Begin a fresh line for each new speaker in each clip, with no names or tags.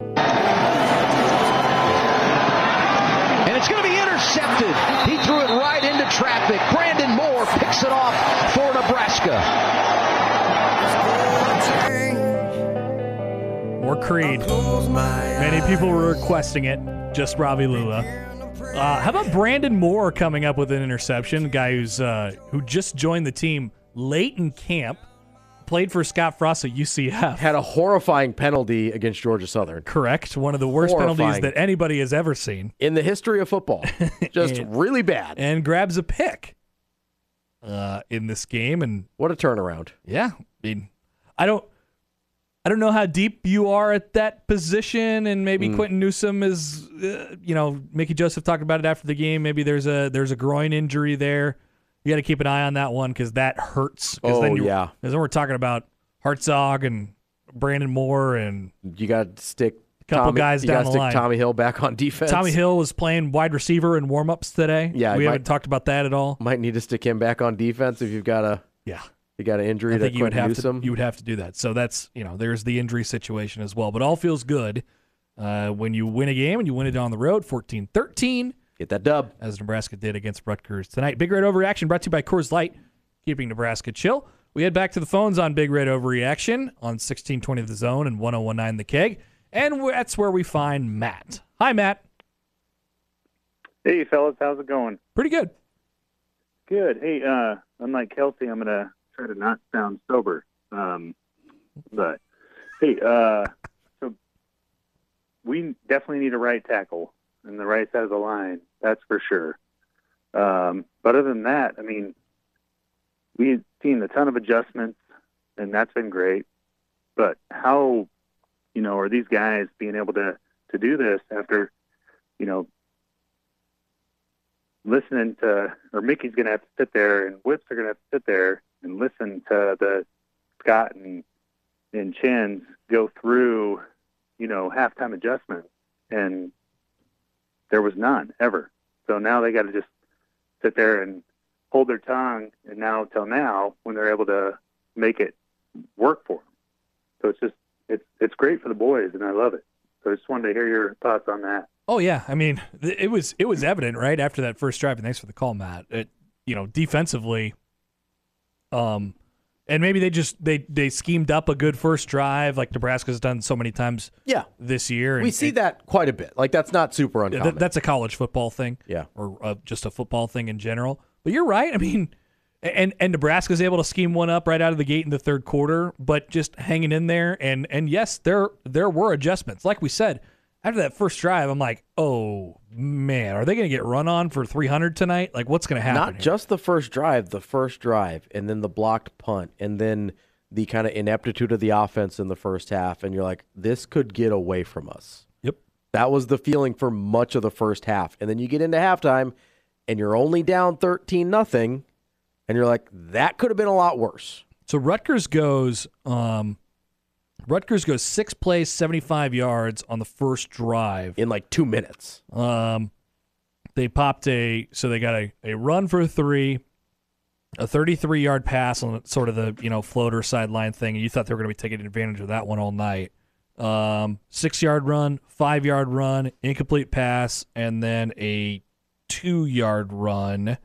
and it's going to be intercepted. He threw it right into traffic. Brandon Moore picks it off for Nebraska.
or Creed. Many people were requesting it. Just Ravi Lula. Uh, how about Brandon Moore coming up with an interception? A guy who's uh, who just joined the team late in camp, played for Scott Frost at UCF.
Had a horrifying penalty against Georgia Southern
Correct. One of the worst penalties
Horrifying.
that anybody has ever seen,
in the history of football. Just
And-
really bad.
and grabs a pick uh, in this game. And
What a turnaround.
yeah, I mean, I don't. I don't know how deep you are at that position, and maybe
Mm.
Quentin Newsom is, uh, you know, Mickey Joseph talked about it after the game. Maybe there's a there's a groin injury there. You got to keep an eye on that one because that hurts. 'Cause
Oh,
then you,
yeah.
'cause then we're talking about Hartzog and Brandon Moore, and
You got to stick
Couple
Tommy,
guys
you
down
gotta
the
stick
line.
Tommy Hill back on defense.
Tommy Hill was playing wide receiver in warm ups today.
Yeah,
we
he
haven't
might-
talked about that at all.
might need to stick him back on defense if you've got a
Yeah.
you got an injury
I
that
think you would
Quentin
have
Newsom.
to you would have to do that. So that's you know there's the injury situation as well. But all feels good uh, when you win a game and you win it on the road, 14-13,
Get that dub.
as Nebraska did against Rutgers tonight. Big Red Overreaction brought to you by Coors Light, keeping Nebraska chill. We head back to the phones on Big Red Overreaction on 1620 the Zone and 1019 the Keg, and that's where we find Matt. Hi, Matt.
Hey, fellas, how's it going?
Pretty good.
Good. Hey, uh, unlike Kelsey, I'm gonna try to not sound sober. Um, but hey, uh, so we definitely need a right tackle and the right side of the line. That's for sure. Um, but other than that, I mean, we've seen a ton of adjustments, and that's been great. But how, you know, are these guys being able to to do this after, you know, listening to, or Mickey's going to have to sit there, and Whips are going to have to sit there and listen to the Scott and and Chins go through, you know, halftime adjustments, and there was none ever. So now they got to just sit there and hold their tongue, and now till now, when they're able to make it work for them, so it's just it's it's great for the boys, and I love it. So I just wanted to hear your thoughts on that.
Oh yeah, I mean th- it was it was evident right after that first drive. And thanks for the call, Matt. It, you know, defensively, um, and maybe they just they they schemed up a good first drive like Nebraska's done so many times
Yeah.
this year. And,
We see that quite a bit. Like that's not super
and
uncommon.
th- that's a college football thing,
Yeah.
or uh, just a football thing in general. But you're right. I mean, and and Nebraska's able to scheme one up right out of the gate in the third quarter, but just hanging in there. And and yes, there there were adjustments, like we said. After that first drive, I'm like, oh man, are they going to get run on for 300 tonight? Like, what's going to happen?
not
here?
just the first drive, the first drive, and then the blocked punt, and then the kind of ineptitude of the offense in the first half, and you're like, this could get away from us.
Yep.
That was the feeling for much of the first half, and then you get into halftime, and you're only down thirteen nothing, and you're like, that could have been a lot worse.
So Rutgers goes um Rutgers goes six plays, 75 yards on the first drive.
in like two minutes.
Um, they popped a so they got a, a run for three, a 33 yard pass on sort of the you know floater sideline thing, and you thought they were going to be taking advantage of that one all night. Um, six yard run, five yard run, incomplete pass, and then a two yard run,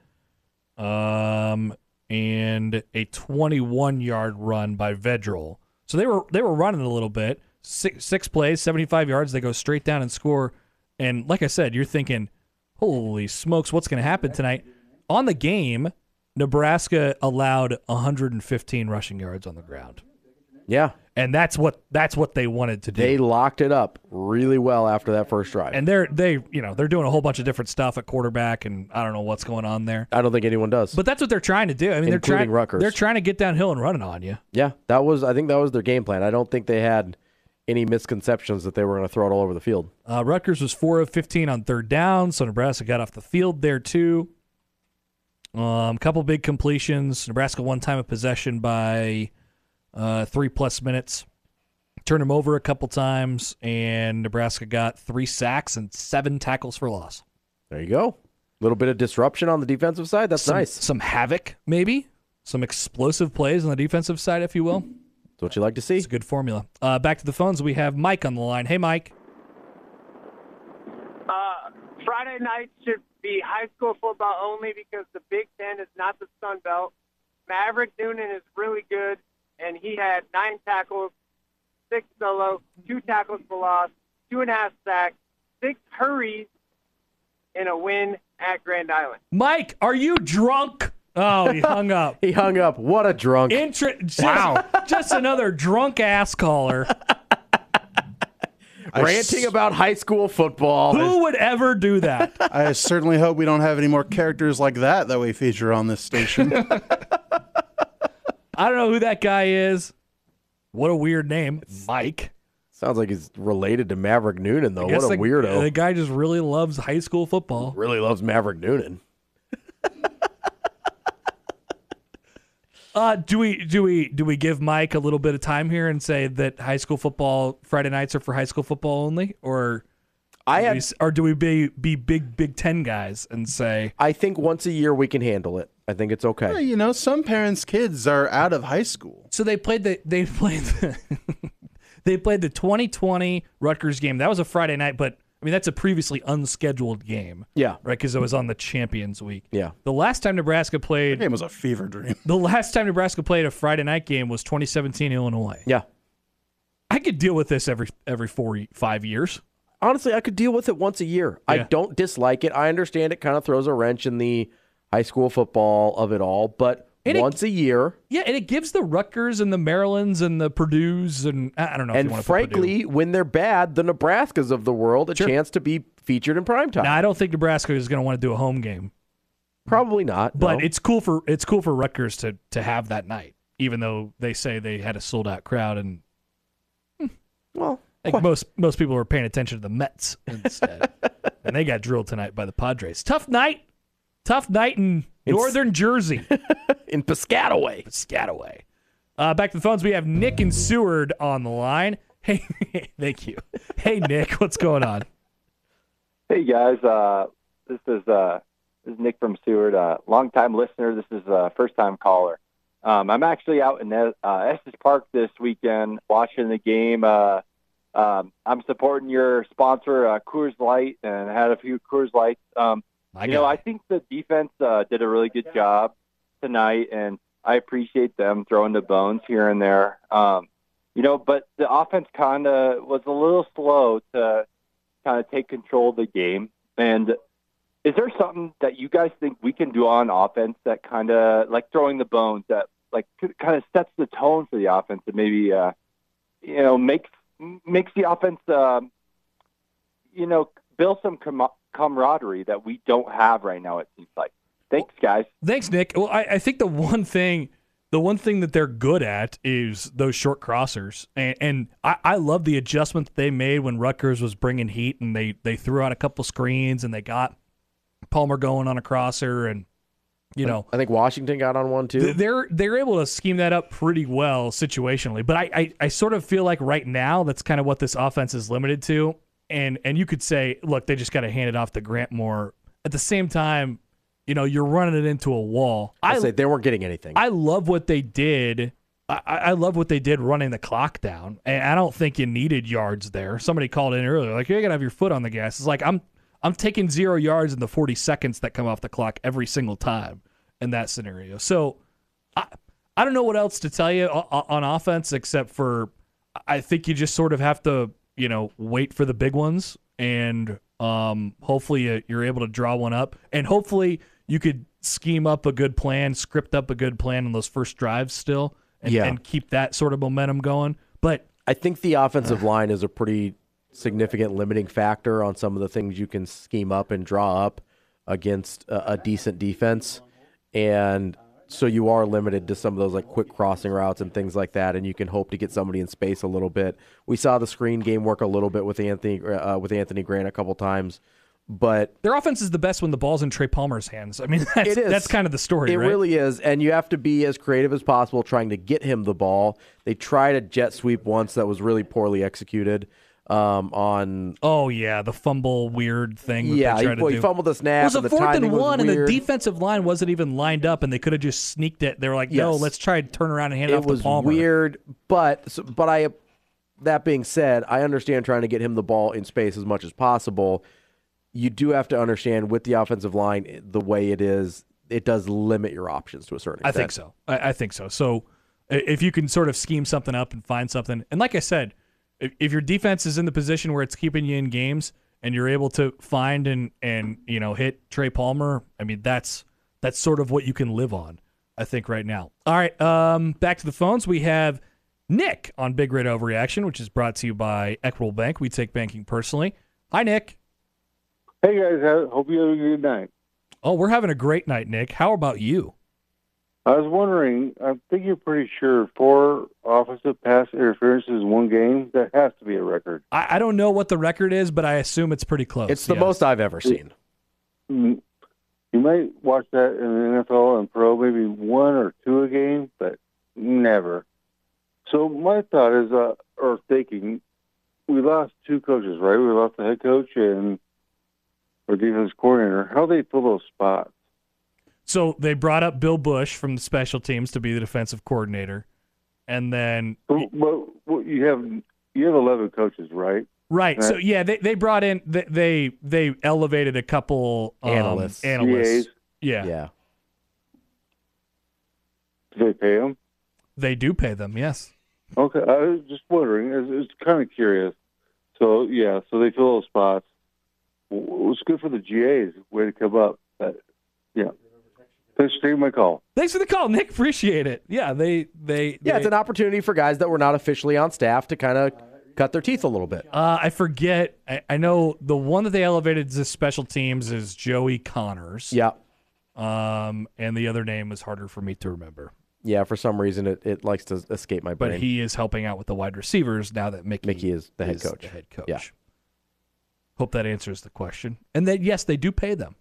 um, and a 21 yard run by Vedral. So they were they were running a little bit. Six, six plays, 75 yards. They go straight down and score. And like I said, you're thinking, holy smokes, what's going to happen tonight? On the game, Nebraska allowed 115 rushing yards on the ground,
Yeah.
and that's what that's what they wanted to do.
They locked it up really well after that first drive.
and they're they you know they're doing a whole bunch of different stuff at quarterback, and I don't know what's going on there.
I don't think anyone does.
But that's what they're trying to do. I mean, they're
Including
trying
Rutgers.
they're trying to get downhill and running on you.
yeah, that was I think that was their game plan. I don't think they had any misconceptions that they were going to throw it all over the field.
Uh, Rutgers was 4 of 15 on third down, so Nebraska got off the field there too. Um, couple big completions. Nebraska one time of possession by uh, three plus minutes. Turned them over a couple times, and Nebraska got three sacks and seven tackles for loss.
There you go. A little bit of disruption on the defensive side. That's
some,
nice. That's
Some havoc, maybe. Some explosive plays on the defensive side, if you will.
what you like to see.
It's a good formula. Uh, back to the phones. We have Mike on the line. Hey, Mike.
Uh, Friday night should be high school football only because the Big Ten is not the Sun Belt. Maverick Noonan is really good, and he had nine tackles, six solo, two tackles for loss, two and a half sacks, six hurries, and a win at Grand Island.
Mike, are you drunk? Oh, he hung up.
He hung up. What a drunk.
Intra- just, just another drunk ass caller.
ranting about high school football.
Who would ever do that?
Oh, I certainly hope we don't have any more characters like that that we feature on this station.
I don't know who that guy is. What a weird name, Mike.
Sounds like he's related to Maverick Noonan, though. What
Guess
a
the-
weirdo.
The guy just really loves high school football.
really loves Maverick Noonan.
Uh, do we do we do we give Mike a little bit of time here and say that high school football Friday nights are for high school football only, or
I
do we,
have,
s- or do we be be big Big Ten guys and say
I think once a year we can handle it. I think it's okay.
you know, some parents' kids are out of high school.
So they played the they played the they played the 2020 Rutgers game. That was a Friday night, but I mean that's a previously unscheduled game,
Yeah.
right? Because it was on the Champions Week.
Yeah.
The last time Nebraska played
Game was a fever dream.
the last time Nebraska played a Friday night game was 2017 Illinois.
Yeah.
I could deal with this every every four five years.
Honestly, I could deal with it once a year. I
Yeah.
don't dislike it. I understand it kind of throws a wrench in the high school football of it all, but
And it-
once a year,
Yeah, and it gives the Rutgers and the Marylands and the Purdue's and I I don't know. if you
and
want to put Purdue.
frankly, when they're bad, the Nebraskas of the world, a
Sure.
chance to be featured in primetime.
now I don't think Nebraska is going to want to do a home game.
Probably not.
But
no.
it's cool for it's cool for Rutgers to to have that night, even though they say they had a sold out crowd, and
well,
like
quite-
most most people were paying attention to the Mets instead, and they got drilled tonight by the Padres. Tough night, tough night in
It's-
northern Jersey,
in Piscataway.
Piscataway. Uh, back to the phones. We have Nick and Seward on the line. Hey, thank you. Hey, Nick, what's going on?
Hey guys, uh, this is uh, this is Nick from Seward, uh, longtime listener. This is uh, first time caller. Um, I'm actually out in uh, Estes Park this weekend watching the game. Uh, um, I'm supporting your sponsor, uh, Coors Light, and had a few Coors Lights. Um,
My
you know,
guy.
I think the defense uh, did a really good job tonight, and I appreciate them throwing the bones here and there. Um, you know, but the offense kind of was a little slow to kind of take control of the game. And is there something that you guys think we can do on offense that kind of like throwing the bones that like kind of sets the tone for the offense and maybe uh, you know makes makes the offense um, you know, build some com- camaraderie that we don't have right now. It seems like. Thanks, guys.
Thanks, Nick. Well, I, I think the one thing, the one thing that they're good at is those short crossers, and, and I, I love the adjustment that they made when Rutgers was bringing heat, and they they threw out a couple screens, and they got Palmer going on a crosser, and you know
I think Washington got on one too.
th- they're they're able to scheme that up pretty well situationally. But I, I I sort of feel like right now that's kind of what this offense is limited to. And and you could say, look, they just got to hand it off to Grant Moore. At the same time, you know, you're running it into a wall.
I,
I
say they weren't getting anything.
I love what they did. I, I I love what they did running the clock down. And I don't think you needed yards there. Somebody called in earlier, like you're gonna have your foot on the gas. It's like I'm I'm taking zero yards in the 40 seconds that come off the clock every single time in that scenario. So I I don't know what else to tell you o- o- on offense except for I think you just sort of have to you know wait for the big ones and um hopefully you- you're able to draw one up and hopefully you could scheme up a good plan, script up a good plan on those first drives still and,
Yeah.
and keep that sort of momentum going. But
I think the offensive line is a pretty significant limiting factor on some of the things you can scheme up and draw up against a, a decent defense. And So you are limited to some of those like quick crossing routes and things like that, and you can hope to get somebody in space a little bit. We saw the screen game work a little bit with Anthony uh, with Anthony Grant a couple times, but
Their offense is the best when the ball's in Trey Palmer's hands. I mean, that's,
It is.
that's kind of the story,
It
right?
really is, and you have to be as creative as possible trying to get him the ball. They tried a jet sweep once that was really poorly executed um, on.
oh yeah, the fumble weird thing. That
Yeah,
they
he,
tried
well,
to
he
do.
fumbled the
It
snap.
was a
and the
fourth and
timing was
one, and the
weird.
defense line wasn't even lined up, and they could have just sneaked it. They were like, "No,
Yes.
let's try to turn around and hand it,
It
off
was
to Palmer."
weird, but so- but I. That being said, I understand trying to get him the ball in space as much as possible. You do have to understand with the offensive line eh, the way it is. It does limit your options to a certain
I
extent.
think so. I, I think so. So i- if you can sort of scheme something up and find something, and like I said, if, if your defense is in the position where it's keeping you in games and you're able to find and and you know hit Trey Palmer, I mean that's that's sort of what you can live on. I think right now. All right, um, back to the phones. We have Nick on Big Red Overreaction, which is brought to you by Equitable Bank. We take banking personally. Hi, Nick.
Hey guys, I hope you have a good night.
Oh, we're having a great night, Nick. How about you?
I was wondering, I think you're pretty sure four offensive pass interferences in one game. That has to be a record.
I, I don't know what the record is, but I assume it's pretty close.
It's the
yes.
most I've ever seen.
Mm, You might watch that in the NFL and pro, maybe one or two a game, but never. So my thought is, uh, or thinking, we lost two coaches, right? We lost the head coach and our defense coordinator. How they fill those spots?
So they brought up Bill Bush from the special teams to be the defensive coordinator, and then
But, but, but you have you have eleven coaches, right?
right. So yeah, they, they brought in they they, they elevated a couple um,
Analysts.
Analysts.
GAs.
Yeah,
Yeah.
Do they pay them?
they do pay them. Yes.
Okay, I was just wondering. It's, it's kind of curious. So yeah, so they fill those spots. W- It's good for the GAs. Way to come up. But, yeah. Thanks for taking my call.
Thanks for the call, Nick. Appreciate it. Yeah, they they
Yeah,
they-
it's an opportunity for guys that were not officially on staff to kind of cut their teeth a little bit.
Uh, I forget. I, I know the one that they elevated to special teams is Joey Connors.
Yeah.
Um, and the other name was harder for me to remember.
Yeah, for some reason it, it likes to escape my brain.
But he is helping out with the wide receivers now that Mickey,
Mickey is the head coach.
The head coach.
Yeah.
Hope that answers the question. And then yes, they do pay them.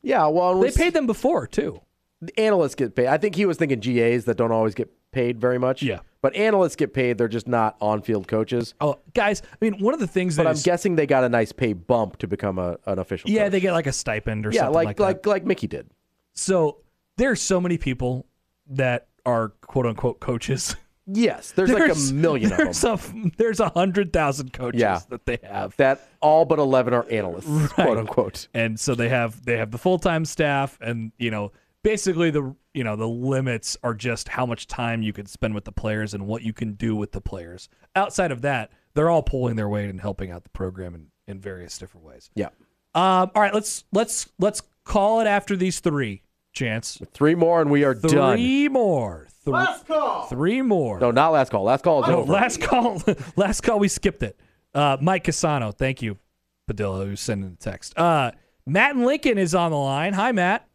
yeah, well, and
They
we-
paid them before too.
the analysts get paid. I think he was thinking GAs that don't always get paid very much.
Yeah.
But analysts get paid, they're just not on-field coaches.
Oh, guys, I mean, one of the things that
But I'm
is-
guessing they got a nice pay bump to become a, an official
yeah,
coach.
they get like a stipend or
Yeah,
something
like
like, that.
like like Mickey did.
So there's so many people that are quote unquote coaches.
Yes, there's, like a million of them.
there's A, there's a hundred thousand coaches
Yeah.
that they have.
that all but 11 are analysts,
Right.
quote unquote.
and so they have they have the full-time staff and you know basically the you know the limits are just how much time you can spend with the players and what you can do with the players outside of that they're all pulling their weight and helping out the program in, in various different ways
Yeah.
um, all right let's let's let's call it after these three chance
Three more and we are done.
three more Three- three more
No, not last call. Last call is
No,
over.
Oh, last call. Last call. We skipped it. Uh, Mike Casano. Thank you, Padilla, who's sending the text. Uh, Matt and Lincoln is on the line. Hi, Matt.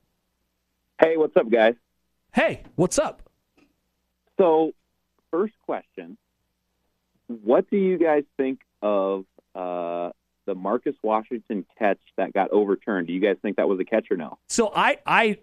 Hey, what's up, guys?
Hey, what's up?
So, first question What do you guys think of uh, the Marcus Washington catch that got overturned? Do you guys think that was a catch or no?
So I I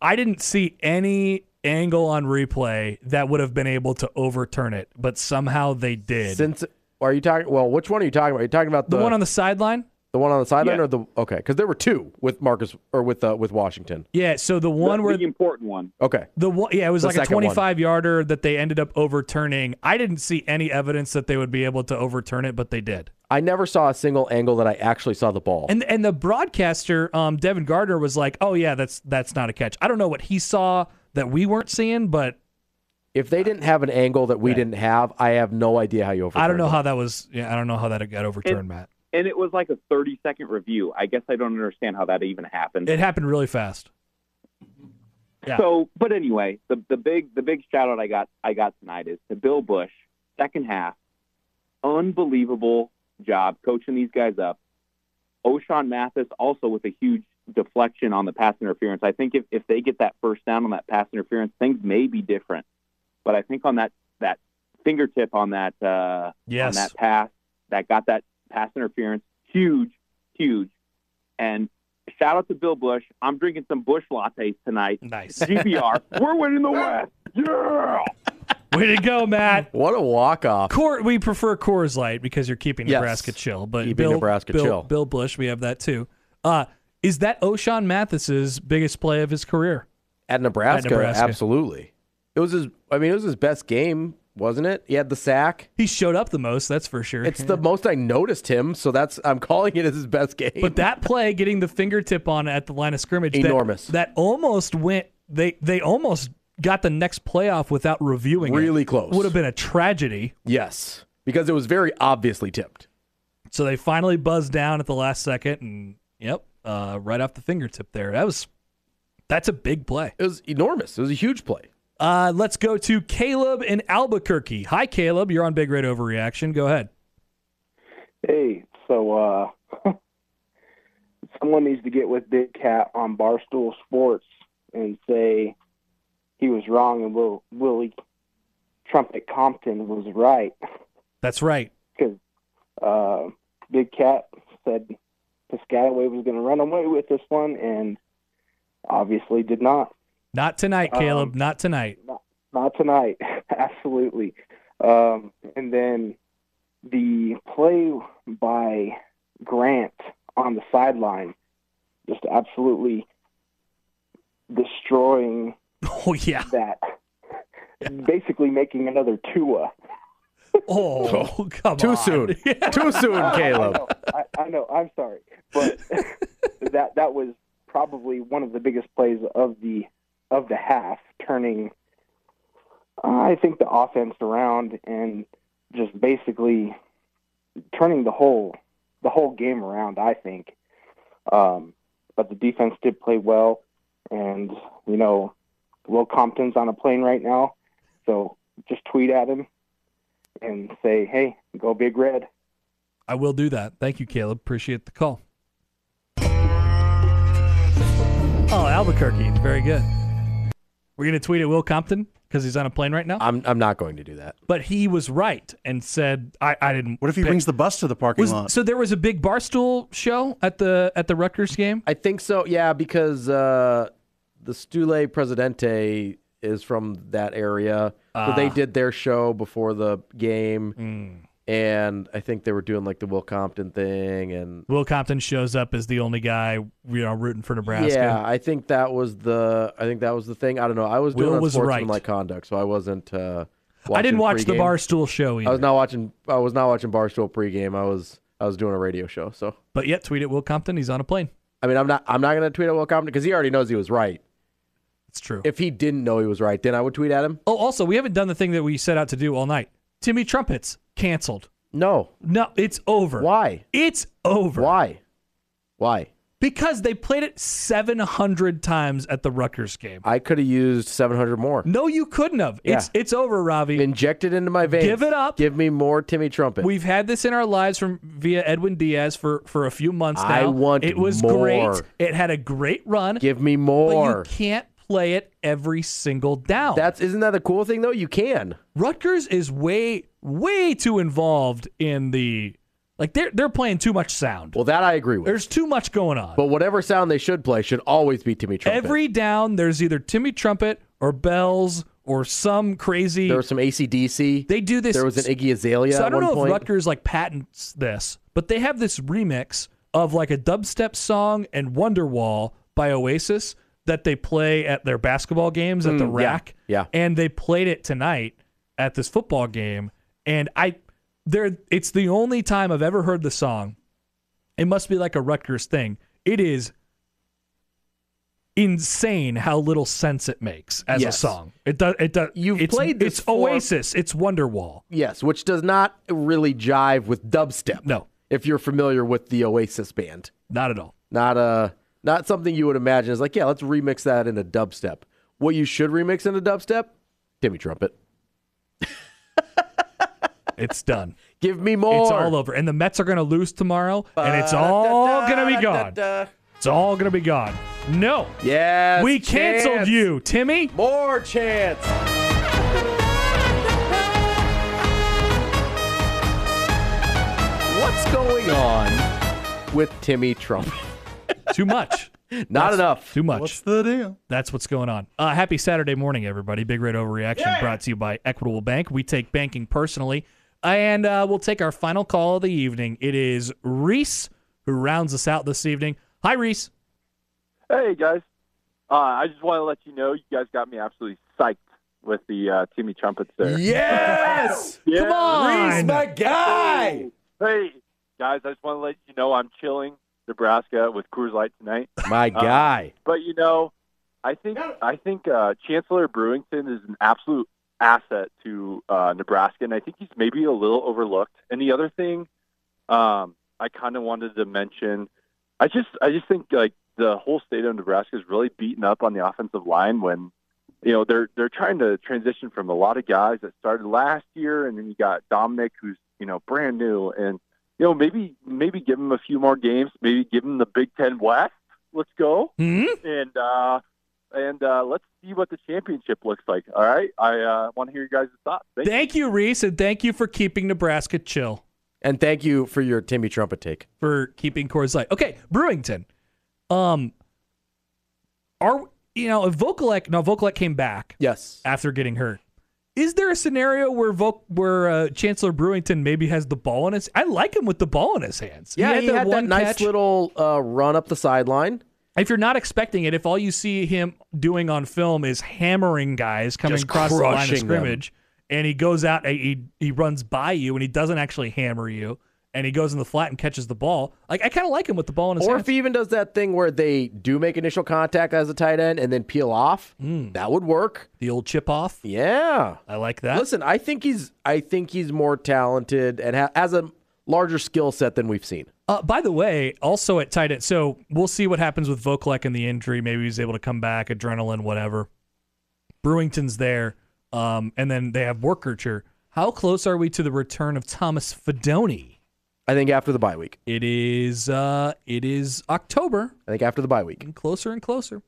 I didn't see any angle on replay that would have been able to overturn it, but somehow they did.
Since are you talking? Well, which one are you talking about? Are you talking about
the
the,
one on the sideline.
the one on the sideline
Yeah.
or the okay? Because there were two with Marcus or with uh, with Washington.
Yeah. So the one
the,
where
the important one.
Okay,
The one, yeah, it was
The
like a
second one.
25 yarder that they ended up overturning. I didn't see any evidence that they would be able to overturn it, but they did.
I never saw a single angle that I actually saw the ball.
And and the broadcaster, um, Devin Gardner, was like, "Oh yeah, that's that's not a catch." I don't know what he saw that we weren't seeing, but
if they didn't have an angle that we didn't have, I have no idea how you overturned.
I don't know
it.
how that was. Yeah, I don't know how that got overturned, Matt.
And it was like a 30 second review. I guess I don't understand how that even happened.
It happened really fast. yeah.
So, but anyway, the the big the big shout out I got I got tonight is to Bill Bush, second half, unbelievable job coaching these guys up. O'Shawn Mathis also with a huge
deflection on the pass interference. I think if, if they get that first down on that pass interference, things may be different. But I think on that that fingertip on that uh,
Yes.
on that pass that got that pass interference, huge, huge. And shout out to Bill Bush. I'm drinking some Bush lattes tonight.
Nice
GBR. We're winning the West. Yeah.
Way to go, Matt.
What a walk off.
Coor, we prefer Coors Light because you're keeping
Yes.
Nebraska chill. But
Keeping
Bill,
Nebraska
Bill,
chill.
Bill Bush, we have that too. Uh, is that O'Shawn Mathis's biggest play of his career?
At Nebraska,
At Nebraska.
absolutely. It was his. I mean, it was his best game, wasn't it? He had the sack.
He showed up the most, that's for sure.
It's the most I noticed him, so that's I'm calling it as his best game.
But that play, getting the fingertip on at the line of scrimmage, that-
Enormous.
That, almost went. They they almost got the next playoff without reviewing.
really
it.
close.
would have been a tragedy.
yes, because it was very obviously tipped.
So they finally buzzed down at the last second, and yep, uh, right off the fingertip there. That was that's a big play.
It was enormous. It was a huge play.
Uh, let's go to Caleb in Albuquerque. Hi, Caleb. You're on Big Red Overreaction. Go ahead.
Hey, so uh, someone needs to get with Big Cat on Barstool Sports and say he was wrong and Will Willie Trumpet Compton was right
That's right.
because uh, Big Cat said Piscataway was going to run away with this one and obviously did not.
Not tonight, Caleb.
Um,
Not tonight.
Not tonight. Absolutely. Um, and then the play by Grant on the sideline, just absolutely destroying
Oh yeah.
that. Basically making another Tua.
Oh, come
Too
on.
soon. Too soon, Caleb.
I, I know. I'm sorry, but that that was probably one of the biggest plays of the of the half, turning uh, I think the offense around and just basically turning the whole the whole game around. I think, um, but the defense did play well, and you know, Will Compton's on a plane right now, so just tweet at him and say, "Hey, go Big Red."
I will do that. Thank you, Caleb. Appreciate the call. Oh, Albuquerque. Very good. We're going to tweet at Will Compton because he's on a plane right now.
I'm I'm not going to do that.
But he was right and said, I, I didn't.
What if he
pick-
brings the bus to the parking
was,
lot?
So there was a big barstool show at the at the Rutgers game?
I think so. Yeah, because uh, the Stule Presidente is from that area, so they
Ah. Mm.
did their show before the game, and I think they were doing like the Will Compton thing, and
Will Compton shows up as the only guy you know rooting for Nebraska.
yeah, I think that was the I think that was the thing. I don't know. I was doing
Will
on
was
sportsmanlike
right.
conduct, so I wasn't. Uh,
I
watching
didn't watch the
pregame.
barstool show either.
I was not watching. I was not watching Barstool pregame. I was I was doing a radio show. So
But yet, tweet at Will Compton. He's on a plane.
I mean, I'm not I'm not gonna tweet at Will Compton because he already knows he was right.
It's true.
If he didn't know he was right, then I would tweet at him.
Oh, also, we haven't done the thing that we set out to do all night. Timmy Trumpets canceled.
No,
No, it's over.
why?
It's over.
Why? Why?
Because they played it 700 times at the Rutgers game.
I could have used 700 more.
No, you couldn't have. It's it's over, Ravi.
Inject it into my veins.
Give it up.
Give me more Timmy Trumpet.
We've had this in our lives from via Edwin Diaz for for a few months now.
I want
it was
more.
great. It had a great run,
Give me
but
more.
you can't play it every single down.
That's isn't that the cool thing though? You can.
Rutgers is way way too involved in the like they're they're playing too much sound.
Well, that I agree with.
There's too much going on.
but whatever sound they should play should always be Timmy Trumpet.
Every down, there's either Timmy Trumpet or bells or some crazy.
there was some ACDC.
they do this.
There was an Iggy Azalea.
So I
at
don't
one
know
point.
if Rutgers like patents this, but they have this remix of like a dubstep song and Wonderwall by Oasis that they play at their basketball games at the
Mm, yeah,
rack.
yeah.
And they played it tonight at this football game and I there it's the only time I've ever heard the song. It must be like a Rutgers thing. It is insane how little sense it makes as
Yes.
a song. It does it does
You've
it's,
played this
it's
for-
Oasis, it's Wonderwall.
Yes, which does not really jive with dubstep.
No.
If you're familiar with the Oasis band.
Not at all.
Not a not something you would imagine is like, yeah, let's remix that into dubstep. What you should remix into dubstep? Timmy Trumpet.
It's done.
Give me more.
It's all over. And the Mets are going to lose tomorrow, and it's all going to be gone. It's all going to be gone. No.
Yes.
We canceled
chance.
you, Timmy.
More chance. What's going on with Timmy Trump?
Too much.
Not
That's
enough.
Too much.
What's
the deal?
That's what's going on. Uh, happy Saturday morning, everybody. Big Red Overreaction brought to you by Equitable Bank. We take banking personally. And uh, we'll take our final call of the evening. It is Reese who rounds us out this evening. Hi, Reese.
Hey guys, uh, I just want to let you know you guys got me absolutely psyched with the uh, Timmy trumpets there.
Yes!
Yeah.
Come on! Reese, my guy!
Hey, hey, guys, I just want to let you know I'm chilling Nebraska with Coors Light tonight.
My
Uh,
guy.
but you know, I think I think uh, Chancellor Brewington is an absolute asset to uh, Nebraska, and I think he's maybe a little overlooked. And the other thing, um, I kind of wanted to mention, I just I just think like the whole state of Nebraska is really beaten up on the offensive line when. You know they're they're trying to transition from a lot of guys that started last year, and then you got Dominic, who's you know brand new, and you know maybe maybe give him a few more games, maybe give him the Big Ten West. Let's go
Hmm?
and uh, and uh, let's see what the championship looks like. All right, I uh, want to hear you guys' thoughts. Thank
Thank you, Reese, and thank you for keeping Nebraska chill,
And thank you for your Timmy Trumpet take.
for keeping Coors Light. Okay, Brewington. Um, are you know if Vokalek? Now Vokalek came back.
Yes.
After getting hurt, is there a scenario where Vok where uh, Chancellor Brewington maybe has the ball in his? I like him with the ball in his hands.
Yeah, he
that
had that
one
nice
catch.
little uh, run up the sideline.
If you're not expecting it, if all you see him doing on film is hammering guys coming
Just
across the line
crushing
of
them.
scrimmage, and he goes out, and he he runs by you, and he doesn't actually hammer you, and he goes in the flat and catches the ball. Like I kind of like him with the ball in his
Or
hands.
if he even does that thing where they do make initial contact as a tight end and then peel off,
Hmm.
that would work.
The old chip off.
Yeah,
I like that.
Listen, I think he's I think he's more talented and ha- has a larger skill set than we've seen.
Uh, by the way, also at tight end, so we'll see what happens with Vokalek and the injury. Maybe he's able to come back, adrenaline, whatever. Brewington's there, um, and then they have Workercher. How close are we to the return of Thomas Fedoni?
I think after the bye week.
It is uh, it is October,
I think after the bye week.
and closer and closer.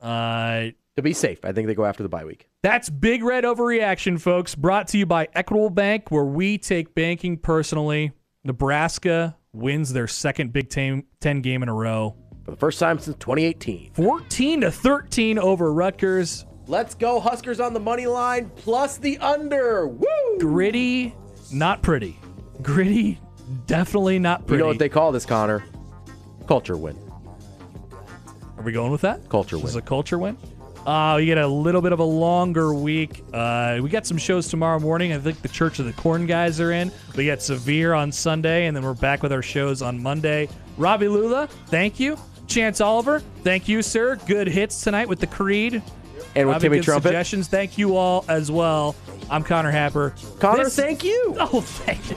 Uh,
To be safe, I think they go after the bye week.
That's Big Red Overreaction, folks, brought to you by Equitable Bank, where we take banking personally. Nebraska wins their second Big Ten, 10 game in a row.
For the first time since 2018.
14 to 13 over Rutgers.
Let's go Huskers on the money line plus the under. Woo!
Gritty, not pretty. Gritty, definitely not
You
pretty.
know what they call this, Connor? Culture win.
Are we going with that?
Culture
This is
win.
a culture win. Uh, we get a little bit of a longer week. Uh, we got some shows tomorrow morning. I think the Church of the Corn guys are in. We got Severe on Sunday, and then we're back with our shows on Monday. Robbie Lula, thank you. Chance Oliver, thank you, sir. Good hits tonight with the Creed.
And with
Robbie,
Timmy
good
Trumpet.
suggestions. Thank you all as well. I'm Connor Happer.
Connor,
This-
thank you.
Oh, thank you.